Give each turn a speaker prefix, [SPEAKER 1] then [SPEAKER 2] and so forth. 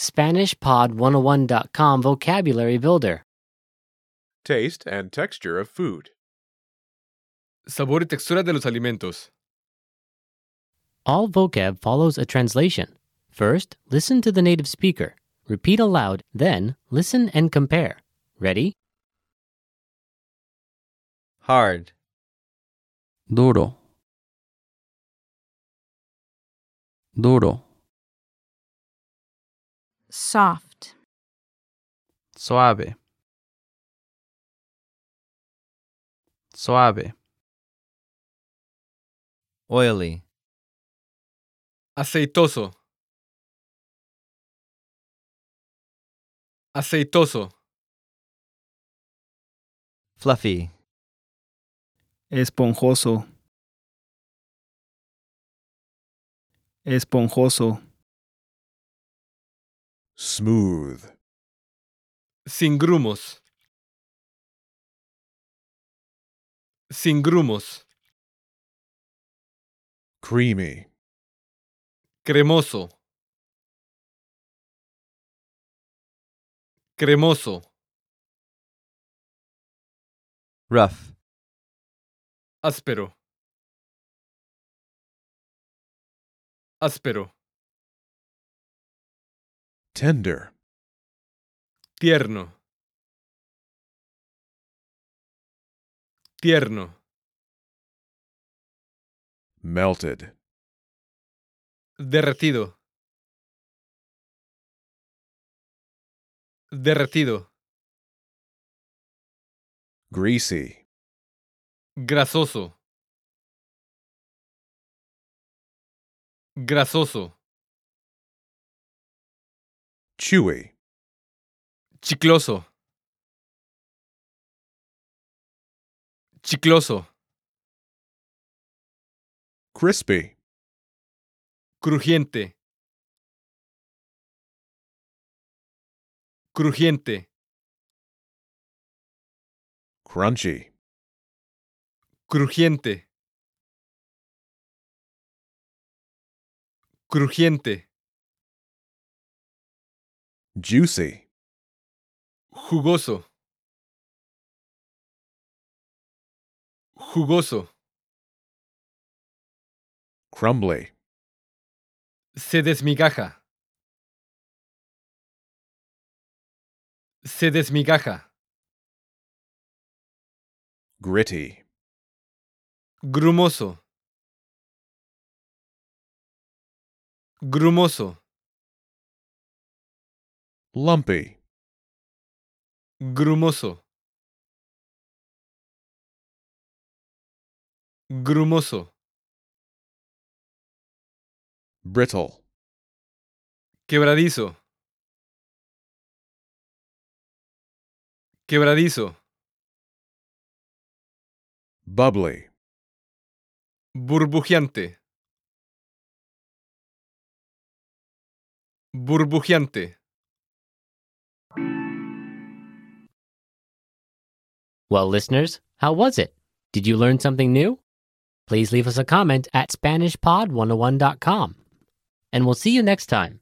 [SPEAKER 1] SpanishPod101.com Vocabulary Builder.
[SPEAKER 2] Taste and texture of food.
[SPEAKER 3] Sabor y textura de los alimentos.
[SPEAKER 1] All vocab follows a translation. First, listen to the native speaker. Repeat aloud, then, listen and compare. Ready?
[SPEAKER 4] hard,
[SPEAKER 5] duro, duro,
[SPEAKER 6] soft,
[SPEAKER 5] suave, suave,
[SPEAKER 4] oily,
[SPEAKER 3] Aceitoso. Aceitoso.
[SPEAKER 4] fluffy,
[SPEAKER 7] esponjoso, esponjoso,
[SPEAKER 2] Smooth.
[SPEAKER 3] Sin grumos. Sin grumos.
[SPEAKER 2] Creamy.
[SPEAKER 3] Cremoso. Cremoso.
[SPEAKER 4] rough,
[SPEAKER 3] Áspero. Áspero.
[SPEAKER 2] Tender.
[SPEAKER 3] Tierno. Tierno.
[SPEAKER 2] Melted.
[SPEAKER 3] Derretido. Derretido.
[SPEAKER 2] Greasy.
[SPEAKER 3] Grasoso. Grasoso.
[SPEAKER 2] Chewy.
[SPEAKER 3] Chicloso. Chicloso.
[SPEAKER 2] Crispy.
[SPEAKER 3] Crujiente. Crujiente.
[SPEAKER 2] Crunchy.
[SPEAKER 3] Crujiente. Crujiente.
[SPEAKER 2] Juicy.
[SPEAKER 3] Jugoso. Jugoso.
[SPEAKER 2] Crumbly.
[SPEAKER 3] Se desmigaja. Se desmigaja.
[SPEAKER 2] Gritty.
[SPEAKER 3] Grumoso. Grumoso.
[SPEAKER 2] Lumpy.
[SPEAKER 3] Grumoso. Grumoso.
[SPEAKER 2] Brittle.
[SPEAKER 3] Quebradizo. Quebradizo.
[SPEAKER 2] Bubbly.
[SPEAKER 3] Burbujeante. Burbujeante.
[SPEAKER 1] Well, listeners, how was it? Did you learn something new? oh Please leave us a comment at SpanishPod101.com. And we'll see you next time.